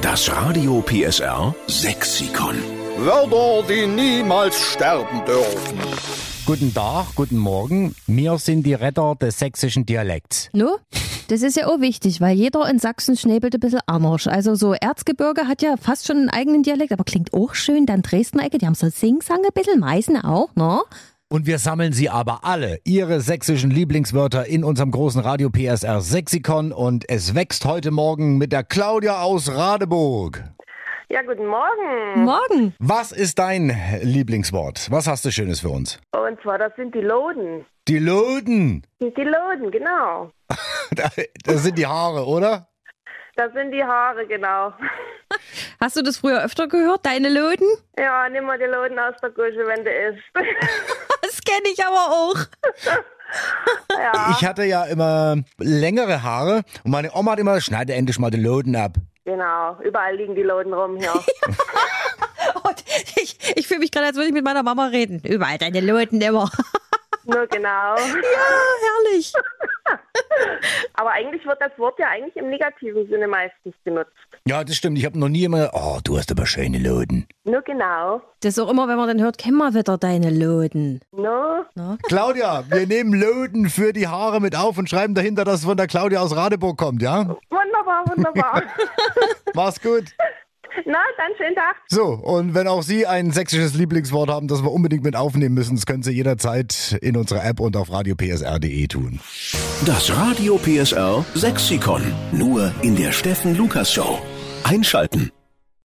Das Radio PSR Sexikon. Wörter, die niemals sterben dürfen. Guten Tag, guten Morgen. Wir sind die Retter des sächsischen Dialekts. No? Das ist ja auch wichtig, weil jeder in Sachsen schnäbelt ein bisschen anders. Also so Erzgebirge hat ja fast schon einen eigenen Dialekt, aber klingt auch schön. Dann Dresdner Ecke, die haben so Singsang ein bisschen, Meißen auch, ne? Und wir sammeln sie aber alle, ihre sächsischen Lieblingswörter, in unserem großen Radio PSR Sexikon. Und es wächst heute Morgen mit der Claudia aus Radeburg. Ja, guten Morgen. Morgen. Was ist dein Lieblingswort? Was hast du Schönes für uns? Und zwar, das sind die Loden. Die Loden. Die die Loden, genau. Das sind die Haare, oder? Das sind die Haare, genau. Hast du das früher öfter gehört, deine Löten? Ja, nimm mal die Loden aus der Gusche, wenn du isst. Das kenne ich aber auch. ja, Ich hatte ja immer längere Haare und meine Oma hat immer, schneide endlich mal die Loden ab. genau. Überall liegen die Loden rum hier. Und ich ich fühle mich gerade, als würde ich mit meiner Mama reden. Überall deine Löten immer. Nur genau. Ja, herrlich. Aber eigentlich wird das Wort ja eigentlich im negativen Sinne meistens genutzt. Ja, das stimmt. Ich habe noch nie immer, oh, du hast aber schöne Loden. Nur genau. Das ist auch immer, wenn man dann hört, kenn mal wieder deine Löten. Nur. Claudia, wir nehmen Löten für die Haare mit auf und schreiben dahinter, dass es von der Claudia aus Radeburg kommt, ja? Wunderbar, wunderbar. Mach's gut. Na, dann schönen Tag. So, und wenn auch Sie ein sächsisches Lieblingswort haben, das wir unbedingt mit aufnehmen müssen, das können Sie jederzeit in unserer App und auf radiopsr.de e tun. Das Radio PSR Sexikon. Nur in der Steffen Lukas Show. Einschalten.